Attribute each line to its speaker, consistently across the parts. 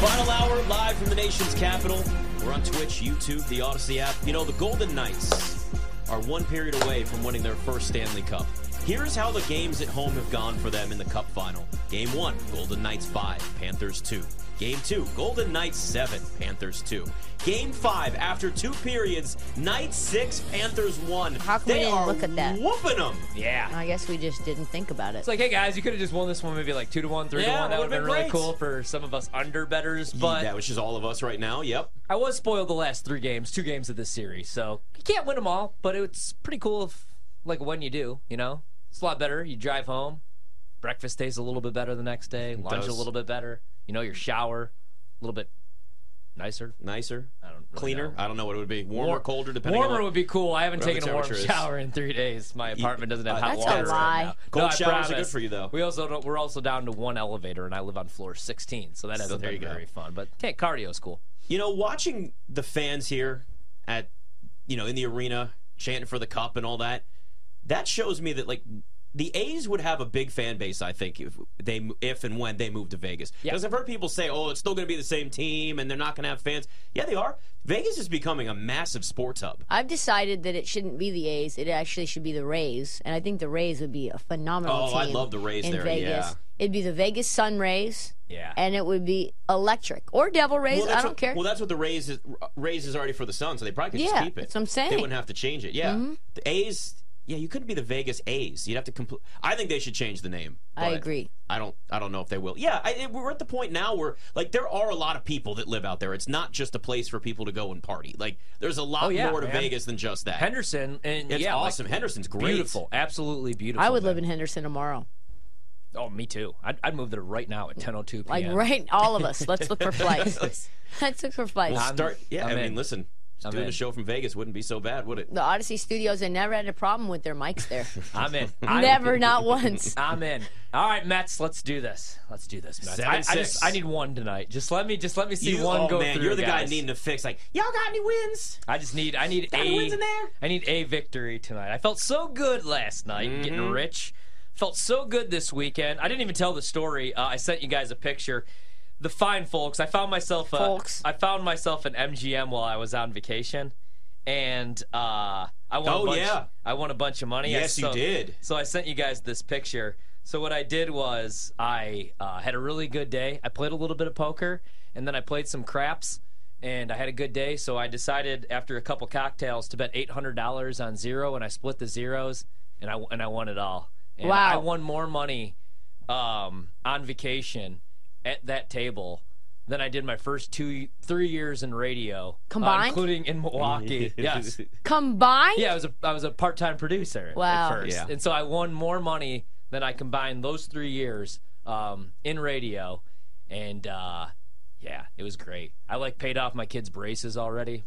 Speaker 1: Final hour live from the nation's capital. We're on Twitch, YouTube, the Odyssey app. You know, the Golden Knights are one period away from winning their first Stanley Cup. Here's how the games at home have gone for them in the Cup final. Game 1, Golden Knights 5, Panthers 2. Game 2, Golden Knights 7, Panthers 2. Game 5, after two periods, Knights 6, Panthers 1.
Speaker 2: How come we
Speaker 1: they
Speaker 2: didn't
Speaker 1: are
Speaker 2: look at that?
Speaker 1: whooping them. Yeah.
Speaker 2: I guess we just didn't think about it.
Speaker 3: It's like, hey guys, you could have just won this one maybe like two to one, three
Speaker 1: Yeah,
Speaker 3: to one. That
Speaker 1: would've
Speaker 3: would have been
Speaker 1: been
Speaker 3: really
Speaker 1: great.
Speaker 3: cool for some of us under betters. But
Speaker 1: But that was just all of us right now. Yep.
Speaker 3: I was spoiled the last three games, two games of this series, so you can't win them all. But it's pretty cool if like when you do, you know, it's a lot better. You drive home, breakfast tastes a little bit better the next day, lunch a
Speaker 1: does.
Speaker 3: little bit better. You know, your shower a little bit nicer.
Speaker 1: Nicer,
Speaker 3: I don't really
Speaker 1: cleaner.
Speaker 3: know.
Speaker 1: I don't know what it would be. Warmer,
Speaker 3: War-
Speaker 1: colder, depending
Speaker 3: warmer
Speaker 1: on
Speaker 3: would be cool. I haven't
Speaker 1: whatever
Speaker 3: taken
Speaker 1: the
Speaker 3: a warm
Speaker 1: temperature is.
Speaker 3: shower in three days. My apartment doesn't have
Speaker 1: uh,
Speaker 3: hot
Speaker 1: that's
Speaker 3: water.
Speaker 1: a
Speaker 2: lie.
Speaker 3: Right now.
Speaker 1: Cold
Speaker 3: I
Speaker 1: showers are
Speaker 3: promise.
Speaker 1: good for you, though.
Speaker 3: We also don't, we're also down to one elevator, and I live on floor 16, so that hasn't
Speaker 1: there
Speaker 3: been
Speaker 1: you go.
Speaker 3: very fun. But hey, cardio's cool.
Speaker 1: You know, watching the fans here at, you know, in the arena chanting for the cup and all that, that shows me that like the A's would have a big fan base. I think if they if and when they move to Vegas,
Speaker 3: Yeah.
Speaker 1: because I've heard people say, "Oh, it's still going to be the same team, and they're not going to have fans." Yeah, they are. Vegas is becoming a massive sports hub.
Speaker 2: I've decided that it shouldn't be the A's. It actually should be the Rays, and I think the Rays would be a phenomenal
Speaker 1: Oh,
Speaker 2: team.
Speaker 1: I love the Rays
Speaker 2: in
Speaker 1: there,
Speaker 2: Vegas.
Speaker 1: yeah.
Speaker 2: It'd be the Vegas Sun Rays.
Speaker 3: Yeah.
Speaker 2: And it would be electric or Devil Rays. I
Speaker 1: that's
Speaker 2: don't
Speaker 1: what,
Speaker 2: care.
Speaker 1: Well, that's what the Rays is, Rays is already for the Suns, so they probably could just
Speaker 2: Yeah,
Speaker 1: keep it.
Speaker 2: that's what I'm saying. Mm-hmm.
Speaker 1: They wouldn't have to change it. Yeah, the A's. Yeah, you couldn't be the Vegas A's. You'd have to complete. I think they should change the name.
Speaker 2: I
Speaker 1: but
Speaker 2: agree.
Speaker 1: I don't. I don't know if they will. Yeah, I, it- we're at the point now where like there are a lot of people that live out there. It's not just a place for people to go and party. Like there's a lot
Speaker 3: Oh, yeah,
Speaker 1: more to
Speaker 3: man.
Speaker 1: Vegas than just that.
Speaker 3: Henderson, and
Speaker 1: it's
Speaker 3: yeah, like,
Speaker 1: awesome. Henderson's great.
Speaker 3: beautiful, absolutely beautiful.
Speaker 2: I would live
Speaker 3: man.
Speaker 2: in Henderson tomorrow.
Speaker 3: Oh, me too. I'd, I'd move there right now at 10:02 p.m.
Speaker 2: Like right, all of us. Let's look for flights. Let's look for flights.
Speaker 1: We'll start. Yeah, i
Speaker 3: I'm
Speaker 1: mean,
Speaker 3: in.
Speaker 1: listen, just doing
Speaker 3: in.
Speaker 1: a show from Vegas wouldn't be so bad, would it?
Speaker 2: the Odyssey Studios. I never had a problem with their mics there.
Speaker 3: I'm in. I'm,
Speaker 2: never, not once.
Speaker 3: I'm in. All right, Mets, let's do this. Let's do this, Mets. I, I
Speaker 1: Seven,
Speaker 3: just
Speaker 1: six.
Speaker 3: I need one tonight. Just let me just let me see
Speaker 1: You-
Speaker 3: one
Speaker 1: oh,
Speaker 3: go
Speaker 1: man,
Speaker 3: through.
Speaker 1: you're the
Speaker 3: guys.
Speaker 1: guy needing to fix. Like, y'all got any wins?
Speaker 3: I just need I need
Speaker 1: Got
Speaker 3: a
Speaker 1: any wins in there?
Speaker 3: I need a victory tonight. I felt so good last night
Speaker 1: Mm-hmm.
Speaker 3: getting rich. Felt so good this weekend. I didn't even tell the story. Uh, I sent you guys a picture. The fine folks. I found myself a,
Speaker 2: Folks.
Speaker 3: I found myself an MGM while I was on vacation, and uh, I won.
Speaker 1: Oh,
Speaker 3: a bunch,
Speaker 1: yeah.
Speaker 3: I won a bunch of money. I-
Speaker 1: Yes, you
Speaker 3: so-
Speaker 1: did.
Speaker 3: so I sent you guys this picture. So what I did was I uh, had a really good day. I played a little bit of poker, and then I played some craps, and I had a good day. So I decided after a couple cocktails to bet eight hundred dollars on zero, and I split the zeros, and I and I won it all. And
Speaker 2: Wow.
Speaker 3: I won more money um, on vacation at that table than I did my first two three years in radio uh,
Speaker 2: Combined?
Speaker 3: including in Milwaukee. yes.
Speaker 2: Combined.
Speaker 3: Yeah, I was a I was a part time producer
Speaker 2: Wow.
Speaker 3: at first,
Speaker 1: Yeah.
Speaker 3: and so I won more money than I combined those three years um, in radio, and uh, yeah, it was great. I like paid off my kids' braces already.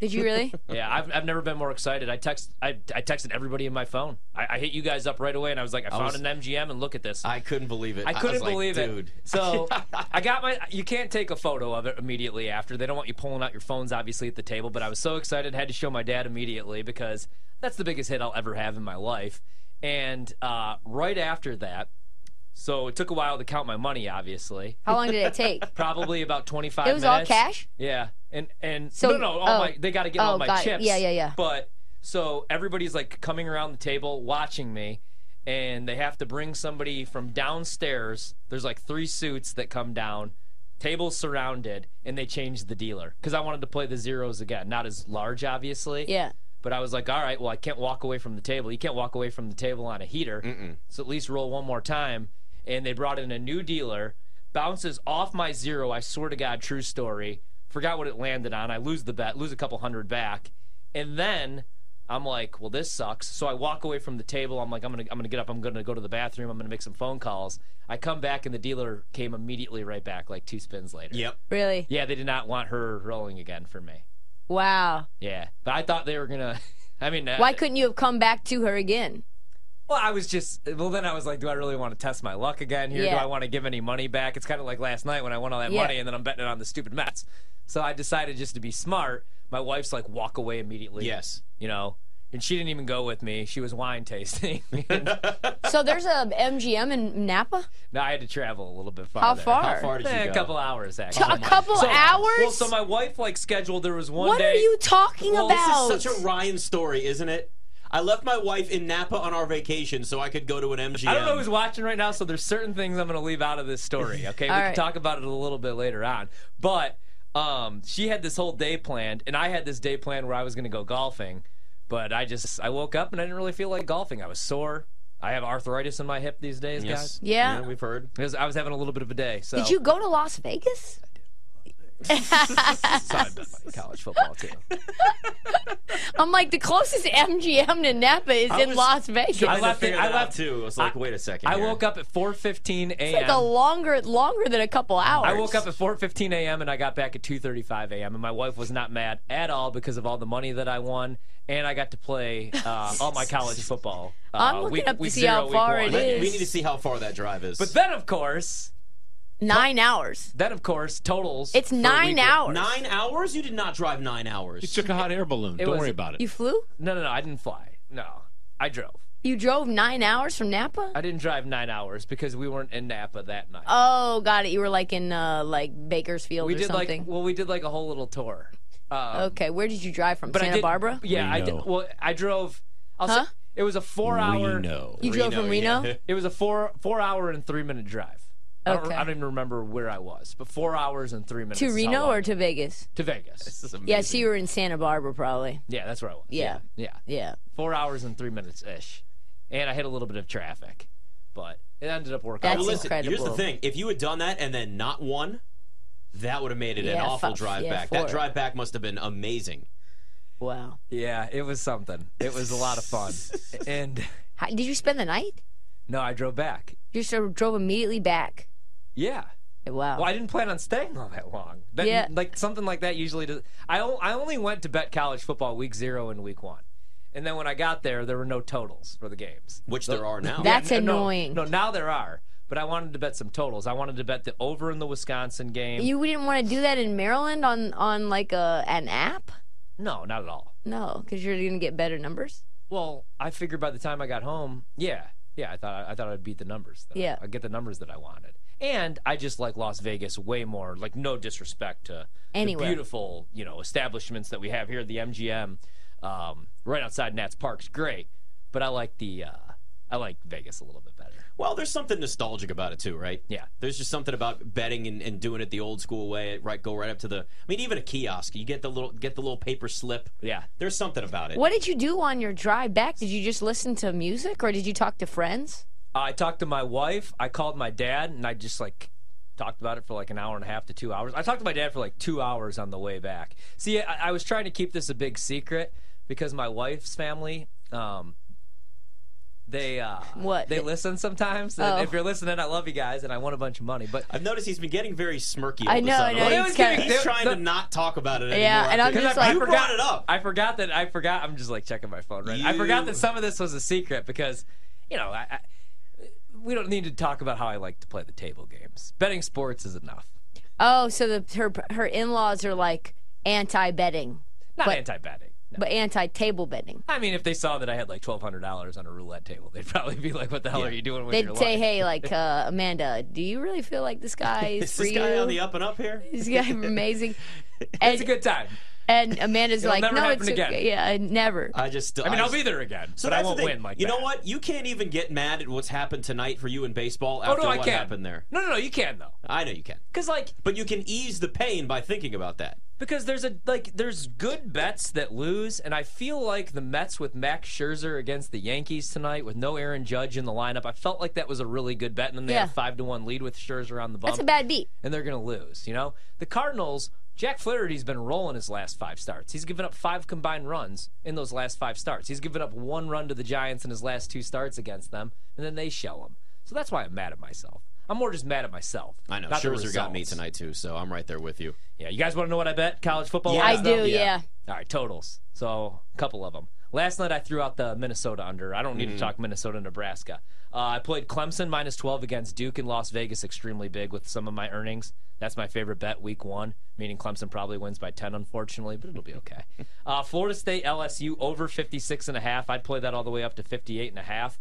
Speaker 2: Did you really?
Speaker 3: Yeah, I've, I've never been more excited. I text I, I texted everybody in my phone. I, I hit you guys up right away, and I was like, I found
Speaker 1: was-
Speaker 3: an MGM, and look at this.
Speaker 1: I couldn't believe it.
Speaker 3: I couldn't
Speaker 1: was like,
Speaker 3: believe
Speaker 1: Dude.
Speaker 3: it. So I got my. You can't take a photo of it immediately after. They don't want you pulling out your phones, obviously, at the table. But I was so excited, had to show my dad immediately because that's the biggest hit I'll ever have in my life. And uh, right after that, so it took a while to count my money, obviously.
Speaker 2: How long did it take?
Speaker 3: Probably about twenty five.
Speaker 2: It was all cash?
Speaker 3: Yeah, and and
Speaker 2: So-
Speaker 3: no, no, all
Speaker 2: oh.
Speaker 3: my they got to get
Speaker 2: Oh,
Speaker 3: all my
Speaker 2: got it.
Speaker 3: chips.
Speaker 2: Yeah, yeah, yeah.
Speaker 3: But so everybody's like coming around the table watching me, and they have to bring somebody from downstairs. There's like three suits that come down, tables surrounded, and they changed the dealer because I wanted to play the zeros again, not as large, obviously.
Speaker 2: Yeah.
Speaker 3: But I was like, all right, well, I can't walk away from the table. You can't walk away from the table on a heater. So at least roll one more time. And they brought in a new dealer, bounces off my zero. I swear to God, true story. Forgot what it landed on. I lose the bet, lose a couple hundred back. And then I'm like, well, this sucks. So I walk away from the table. I'm like, I'm gonna, I'm gonna get up. I'm gonna go to the bathroom. I'm gonna make some phone calls. I come back, and the dealer came immediately right back, like two spins later.
Speaker 1: Yep.
Speaker 2: Really?
Speaker 3: Yeah, they did not want her rolling again for me.
Speaker 2: Wow.
Speaker 3: Yeah, but I thought they were gonna. I mean, uh,
Speaker 2: Why couldn't you have come back to her again?
Speaker 3: Well, I was just. Well, then I was like, do I really want to test my luck again here? Do
Speaker 2: Yeah.
Speaker 3: I want to give any money back? It's kind of like last night when I won all that
Speaker 2: Yeah.
Speaker 3: money and then I'm betting it on the stupid Mets. So I decided just to be smart. My wife's like, walk away immediately.
Speaker 1: Yes.
Speaker 3: You know, and she didn't even go with me. She was wine tasting. no,
Speaker 2: So there's a MGM in Napa.
Speaker 3: I had to travel a little bit farther.
Speaker 2: How far?
Speaker 1: How far did you
Speaker 3: Eh,
Speaker 1: go?
Speaker 3: a couple hours actually.
Speaker 2: a couple
Speaker 3: So-
Speaker 2: hours.
Speaker 3: Well, so my wife like scheduled. There was one
Speaker 2: what
Speaker 3: day.
Speaker 2: are you talking
Speaker 1: Well,
Speaker 2: about?
Speaker 1: this is such a Ryan story, isn't it? I left my wife in Napa on our vacation so I could go to an MGM.
Speaker 3: I don't know who's watching right now, so there's certain things I'm going to leave out of this story. Okay, we
Speaker 2: All
Speaker 3: can
Speaker 2: right.
Speaker 3: talk about it a little bit later on. But um, she had this whole day planned, and I had this day planned where I was going to go golfing. But I just I woke up and I didn't really feel like golfing. I was sore. I have arthritis in my hip these days,
Speaker 1: Yes.
Speaker 3: guys.
Speaker 2: Yeah.
Speaker 1: we've heard.
Speaker 3: Because I was having a little bit of a day. So
Speaker 2: Did you go to Las Vegas?
Speaker 3: Sorry about my college football too.
Speaker 2: I'm like the closest MGM to Napa is in
Speaker 1: was
Speaker 2: Las Vegas.
Speaker 1: I
Speaker 3: I left
Speaker 1: left.
Speaker 3: it- I
Speaker 1: I left
Speaker 3: left-
Speaker 1: too. I was like, wait a second.
Speaker 3: I
Speaker 1: here.
Speaker 3: woke up at 4:15 a.m.
Speaker 2: Like a longer, longer than a couple hours.
Speaker 3: I woke up at 4:15 a.m. and I got back at 2:35 a.m. and my wife was not mad at all because of all the money that I won and I got to play uh, all my college football. Uh,
Speaker 2: I'm looking
Speaker 3: week-
Speaker 2: up to
Speaker 3: week
Speaker 2: see how
Speaker 3: zero, week
Speaker 2: far
Speaker 3: one.
Speaker 2: it is.
Speaker 1: We need to see how far that drive is.
Speaker 3: But then of course,
Speaker 2: nine hours.
Speaker 3: then of course totals.
Speaker 2: It's
Speaker 3: for
Speaker 2: nine
Speaker 3: week-
Speaker 2: hours.
Speaker 1: nine hours? You did not drive nine hours.
Speaker 4: You took a hot air balloon. Don't
Speaker 3: was-
Speaker 4: worry about it.
Speaker 2: You flew?
Speaker 3: No, no, no. I didn't fly. No, I drove.
Speaker 2: You drove nine hours from Napa?
Speaker 3: I didn't drive nine hours because we weren't in Napa that night.
Speaker 2: Oh, got it. You were like in uh, like Bakersfield
Speaker 3: we
Speaker 2: or
Speaker 3: did
Speaker 2: something.
Speaker 3: like well, we did like a whole little tour. Um,
Speaker 2: okay, where did you drive from?
Speaker 3: but I
Speaker 2: Santa
Speaker 3: did-
Speaker 2: Barbara?
Speaker 3: Yeah,
Speaker 4: We
Speaker 3: I did.
Speaker 4: know.
Speaker 3: Well, I drove. I'll say-
Speaker 2: Huh?
Speaker 3: it was a four-hour.
Speaker 4: Reno.
Speaker 2: You drove from Reno?
Speaker 1: yeah.
Speaker 3: It was a four four hour and three minute drive. I, don't,
Speaker 2: Okay.
Speaker 3: I don't even remember where I was, but four hours and three minutes.
Speaker 2: To
Speaker 3: is how
Speaker 2: Reno
Speaker 3: long-
Speaker 2: or to Vegas?
Speaker 3: to Vegas?
Speaker 1: This is
Speaker 2: Yeah,
Speaker 1: amazing.
Speaker 2: so you were in Santa Barbara probably.
Speaker 3: Yeah, that's where I was.
Speaker 2: Yeah.
Speaker 3: yeah,
Speaker 2: Yeah.
Speaker 3: four hours and three minutes ish, and I hit a little bit of traffic, but it ended up working.
Speaker 2: That's
Speaker 3: out.
Speaker 1: Well, listen, here's the
Speaker 2: incredible.
Speaker 1: thing. If you had done that and then not won, that would have made it an
Speaker 2: Yeah,
Speaker 1: awful
Speaker 2: fu-
Speaker 1: drive
Speaker 2: yeah,
Speaker 1: back.
Speaker 2: four.
Speaker 1: That drive back must have been amazing.
Speaker 2: Wow.
Speaker 3: yeah, it was something. It was a lot of fun, and
Speaker 2: How, did you spend the night?
Speaker 3: no, I drove back.
Speaker 2: You just sort of drove immediately back.
Speaker 3: Yeah.
Speaker 2: Wow.
Speaker 3: Well, I didn't plan on staying all that long. That,
Speaker 2: Yeah.
Speaker 3: Like something like that usually does. I, o- I only went to bet college football week zero and week one. And then when I got there, there were no totals for the games.
Speaker 1: Which there are now.
Speaker 2: That's
Speaker 3: Yeah, n- no,
Speaker 2: annoying.
Speaker 3: No, now there are. But I wanted to bet some totals. I wanted to bet the over in the Wisconsin game.
Speaker 2: you didn't want to do that in Maryland on on like a an app?
Speaker 3: no, not at all.
Speaker 2: No, because you're gonna get better numbers.
Speaker 3: Well, I figured by the time I got home, yeah, yeah, I thought I thought I'd beat the numbers. that I-
Speaker 2: Yeah.
Speaker 3: I'd get the numbers that I wanted. And I just like Las Vegas way more. Like no disrespect to
Speaker 2: Anywhere.
Speaker 3: the beautiful, you know, establishments that we have here at the MGM, um, right outside Nats Park's great. But I like the uh, I like Vegas a little bit better.
Speaker 1: Well, there's something nostalgic about it too, right?
Speaker 3: Yeah.
Speaker 1: There's just something about betting and, and doing it the old school way, right? Go right up to the I mean, even a kiosk. You get the little get the little paper slip.
Speaker 3: Yeah.
Speaker 1: There's something about it.
Speaker 2: What did you do on your drive back? Did you just listen to music or did you talk to friends?
Speaker 3: I talked to my wife. I called my dad, and I just like talked about it for like an hour and a half to two hours. I talked to my dad for like two hours on the way back. See, I, I was trying to keep this a big secret because my wife's family, um, they uh,
Speaker 2: What?
Speaker 3: they listen sometimes. And
Speaker 2: Oh.
Speaker 3: If you're listening, I love you guys, and I won a bunch of money. But
Speaker 1: I've noticed he's been getting very smirky.
Speaker 2: I
Speaker 1: all of a
Speaker 2: know, I
Speaker 1: sudden.
Speaker 2: know,
Speaker 1: Like,
Speaker 2: he's kinda-
Speaker 1: he's trying
Speaker 3: the-
Speaker 1: to not talk about it anymore.
Speaker 2: Yeah, and I'm
Speaker 1: after-
Speaker 2: just
Speaker 3: I- I
Speaker 2: like,
Speaker 1: you
Speaker 3: forgot-
Speaker 1: brought it up.
Speaker 3: I forgot that I forgot. I'm just like checking my phone. Right, I forgot
Speaker 1: You-
Speaker 3: that some of this was a secret because, you know, I, I, we don't need to talk about how I like to play the table games. Betting sports is enough.
Speaker 2: Oh, so the her her in laws are like anti betting,
Speaker 3: Not
Speaker 2: But-
Speaker 3: anti-betting. No.
Speaker 2: but anti table betting.
Speaker 3: I mean, if they saw that I had like twelve hundred dollars on a roulette table, they'd probably be like, "What the hell are you doing with your
Speaker 2: They'd say,
Speaker 3: life?"
Speaker 2: hey, like uh, Amanda, do you really feel like this guy is,
Speaker 1: Is
Speaker 2: for
Speaker 1: this
Speaker 2: you?
Speaker 1: guy on the up and up here?
Speaker 2: this guy amazing.
Speaker 3: it's a
Speaker 2: And,
Speaker 3: good time.
Speaker 2: and Amanda's like,
Speaker 3: never
Speaker 2: no,
Speaker 3: happen
Speaker 2: it's
Speaker 3: again." Um,
Speaker 2: okay. yeah, I never.
Speaker 1: I just.
Speaker 3: I mean, I'll
Speaker 1: just-
Speaker 3: be there again,
Speaker 1: So
Speaker 3: but I
Speaker 1: that's the
Speaker 3: won't
Speaker 1: thing.
Speaker 3: win. Like
Speaker 1: you know
Speaker 3: that.
Speaker 1: what? You can't even get mad at what's happened tonight for you in baseball
Speaker 3: Oh
Speaker 1: after
Speaker 3: no, I
Speaker 1: what
Speaker 3: can.
Speaker 1: happened there.
Speaker 3: No, no, no, you can though,
Speaker 1: I know you can,
Speaker 3: because like
Speaker 1: but you can ease the pain by thinking about that.
Speaker 3: because there's a like there's good bets that lose, and I feel like the Mets with Max Scherzer against the Yankees tonight with no Aaron Judge in the lineup, I felt like that was a really good bet, and then they had
Speaker 2: Yeah.
Speaker 3: a five to one lead with Scherzer on the bump.
Speaker 2: That's a bad beat.
Speaker 3: and they're going to lose. You know, the Cardinals. Jack Flaherty's been rolling his last five starts. He's given up five combined runs in those last five starts. He's given up one run to the Giants in his last two starts against them, and then they shell him. So that's why I'm mad at myself. I'm more just mad at myself.
Speaker 1: I know.
Speaker 3: not the
Speaker 1: Scherzer got me
Speaker 3: results.
Speaker 1: tonight too, so I'm right there with you.
Speaker 3: Yeah, you guys want to know what I bet college football?
Speaker 1: Yeah.
Speaker 2: I
Speaker 3: wise,
Speaker 2: do,
Speaker 3: though?
Speaker 1: Yeah.
Speaker 2: yeah.
Speaker 3: All right, totals. So a couple of them. Last night I threw out the Minnesota under. I don't need to talk Minnesota Nebraska. Uh, I played Clemson minus 12 against Duke in Las Vegas extremely big with some of my earnings. That's my favorite bet week one, meaning Clemson probably wins by 10, unfortunately, but it'll be okay. Uh, Florida State LSU over 56 and a half. I'd play that all the way up to 58 and a half.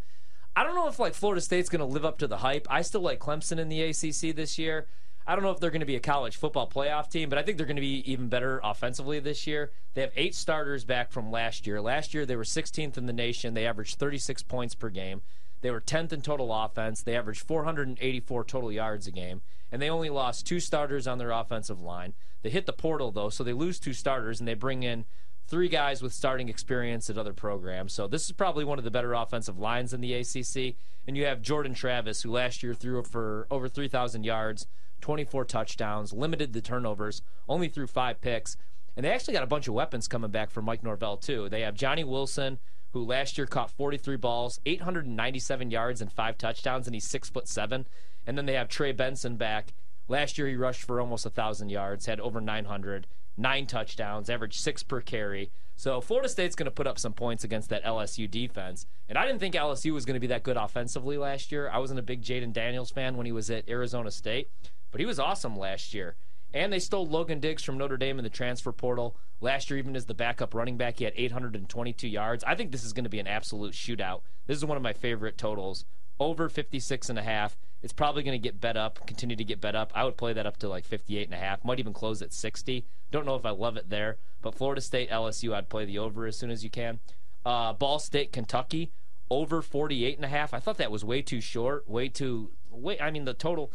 Speaker 3: I don't know if like Florida State's going to live up to the hype. I still like Clemson in the ACC this year. I don't know if they're going to be a college football playoff team, but I think they're going to be even better offensively this year. They have eight starters back from last year. Last year they were 16th in the nation. They averaged 36 points per game. They were 10th in total offense. They averaged 484 total yards a game, and they only lost two starters on their offensive line. They hit the portal though, so they lose two starters and they bring in three guys with starting experience at other programs. So this is probably one of the better offensive lines in the ACC. And you have Jordan Travis, who last year threw for over 3,000 yards, 24 touchdowns, limited the turnovers, only threw five picks. And they actually got a bunch of weapons coming back for Mike Norvell, too. They have Johnny Wilson, who last year caught 43 balls, 897 yards, and five touchdowns, and he's six foot seven. And then they have Trey Benson back. Last year he rushed for almost 1,000 yards, had over 900, nine touchdowns, averaged six per carry. So Florida State's going to put up some points against that LSU defense. And I didn't think LSU was going to be that good offensively last year. I wasn't a big Jaden Daniels fan when he was at Arizona State, but he was awesome last year. And they stole Logan Diggs from Notre Dame in the transfer portal. Last year, even as the backup running back, he had 822 yards. I think this is going to be an absolute shootout. This is one of my favorite totals. Over 56 and a half. It's probably going to get bet up, continue to get bet up. I would play that up to like 58 and a half. Might even close at 60. Don't know if I love it there, but Florida State, LSU, I'd play the over as soon as you can. Uh, Ball State, Kentucky, over 48 and a half. I thought that was way too short, way too way I mean the total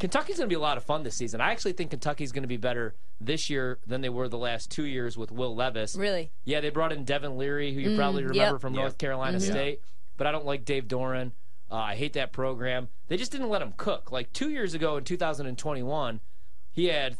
Speaker 3: Kentucky's going to be a lot of fun this season. I actually think Kentucky's going to be better this year than they were the last two years with Will Levis.
Speaker 2: Really?
Speaker 3: Yeah, they brought in Devin Leary, who you probably remember from North Carolina State, but I don't like Dave Doran. Uh, I hate that program. They just didn't let him cook. Like two years ago in 2021, he had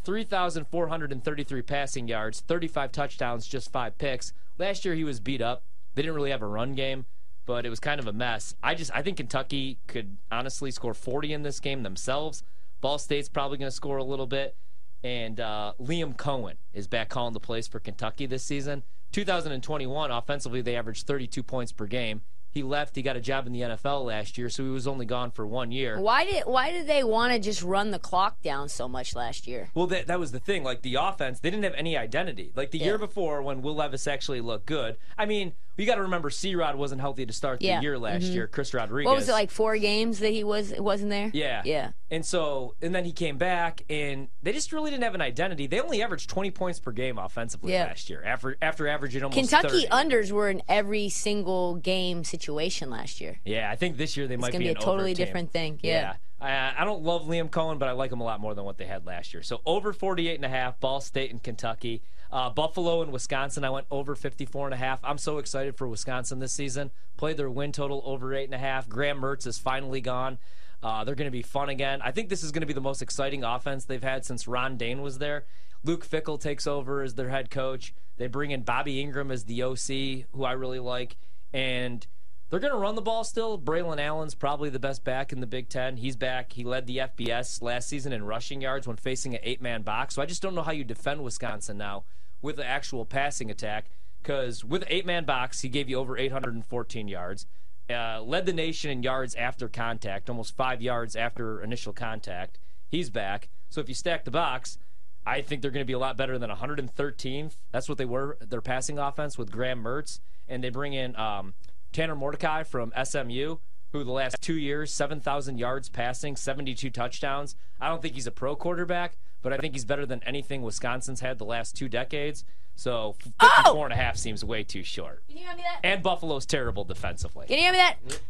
Speaker 3: 3,433 passing yards, 35 touchdowns, just five picks. Last year he was beat up. They didn't really have a run game, but it was kind of a mess. I just I think Kentucky could honestly score 40 in this game themselves. Ball State's probably going to score a little bit and uh, Liam Cohen is back calling the plays for Kentucky this season. 2021, offensively, they averaged 32 points per game. He left. He got a job in the NFL last year, so he was only gone for one year.
Speaker 2: Why did why did they want to just run the clock down so much last year?
Speaker 3: Well, that, that was the thing. Like the offense, they didn't have any identity. Like the year before, when Will Levis actually looked good. I mean, you got to remember, C. Rod wasn't healthy to start
Speaker 2: Yeah. Mm-hmm.
Speaker 3: the year last year. Chris Rodriguez.
Speaker 2: What was it like four games that he was wasn't there?
Speaker 3: Yeah.
Speaker 2: Yeah.
Speaker 3: And so, and then he came back, and they just really didn't have an identity. They only averaged 20 points per game offensively
Speaker 2: Yeah.
Speaker 3: last year, after after averaging almost
Speaker 2: Kentucky
Speaker 3: 30.
Speaker 2: unders were in every single game situation last year.
Speaker 3: Yeah, I think this year they might
Speaker 2: It's gonna be,
Speaker 3: an
Speaker 2: a totally
Speaker 3: over team.
Speaker 2: different thing. Yeah.
Speaker 3: I, I don't love Liam Cohen, but I like him a lot more than what they had last year. So over 48 and a half, Ball State and Kentucky. Uh, Buffalo and Wisconsin, I went over 54 and a half. I'm so excited for Wisconsin this season. Played their win total over eight and a half. Graham Mertz is finally gone. Uh, they're going to be fun again. I think this is going to be the most exciting offense they've had since Ron Dane was there. Luke Fickle takes over as their head coach. They bring in Bobby Ingram as the OC, who I really like. And they're going to run the ball still. Braylon Allen's probably the best back in the Big Ten. He's back. He led the FBS last season in rushing yards when facing an eight man box. So I just don't know how you defend Wisconsin now with the actual passing attack because with eight man box, he gave you over 814 yards. Uh, led the nation in yards after contact, almost five yards after initial contact. He's back. So if you stack the box, I think they're going to be a lot better than 113th. That's what they were, their passing offense with Graham Mertz. And they bring in um, Tanner Mordecai from SMU, who the last two years, 7,000 yards passing, 72 touchdowns. I don't think he's a pro quarterback, but I think he's better than anything Wisconsin's had the last two decades. So 54 and a half seems way too short.
Speaker 2: Can you hand me that?
Speaker 3: And Buffalo's terrible defensively.
Speaker 2: Can you hand me that?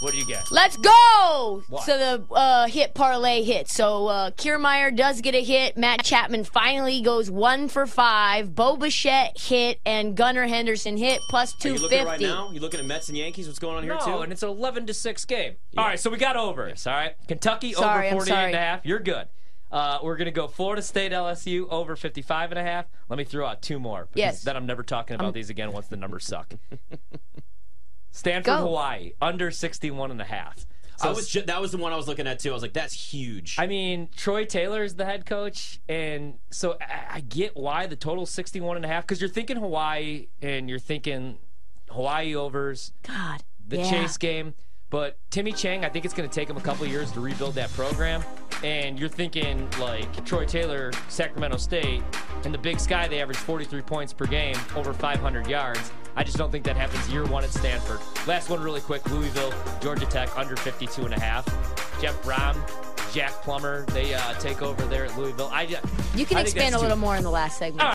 Speaker 3: What do you get?
Speaker 2: Let's go!
Speaker 3: What?
Speaker 2: So the uh, hit parlay hit. So uh, Kiermeyer does get a hit. Matt Chapman finally goes one for five. Bo Bichette hit and Gunnar Henderson hit plus
Speaker 1: Are
Speaker 2: two
Speaker 1: you looking right
Speaker 2: fifty.
Speaker 1: now? You looking at Mets and Yankees? What's going on here
Speaker 3: No,
Speaker 1: too?
Speaker 3: and it's an 11 to 6 game. All right, so we got over this. All right, Kentucky
Speaker 2: Sorry, I'm
Speaker 3: over 48 and
Speaker 2: sorry.
Speaker 3: a half. You're good. Uh, we're gonna go Florida State LSU over 55 and a half. Let me throw out two more. Because
Speaker 2: Yes.
Speaker 3: Then I'm never talking about these again once the numbers suck. Stanford
Speaker 2: Go.
Speaker 3: Hawaii under 61 and a half. So
Speaker 1: I was ju- that was the one I was looking at too. I was like, that's huge.
Speaker 3: I mean, Troy Taylor is the head coach, and so I, I get why the total's 61 and a half because you're thinking Hawaii and you're thinking Hawaii overs,
Speaker 2: God.
Speaker 3: the
Speaker 2: yeah.
Speaker 3: chase game. But Timmy Chang, I think it's going to take him a couple of years to rebuild that program. And you're thinking like Troy Taylor, Sacramento State, in the Big Sky, they average 43 points per game, over 500 yards. I just don't think that happens year one at Stanford. Last one, really quick Louisville, Georgia Tech, under 52 and a half. Jeff Brom, Jack Plummer, they uh, take over there at Louisville. I, ju-
Speaker 2: You can
Speaker 3: I think
Speaker 2: expand
Speaker 3: that's
Speaker 2: a
Speaker 3: too-
Speaker 2: little more in the last segment.
Speaker 3: All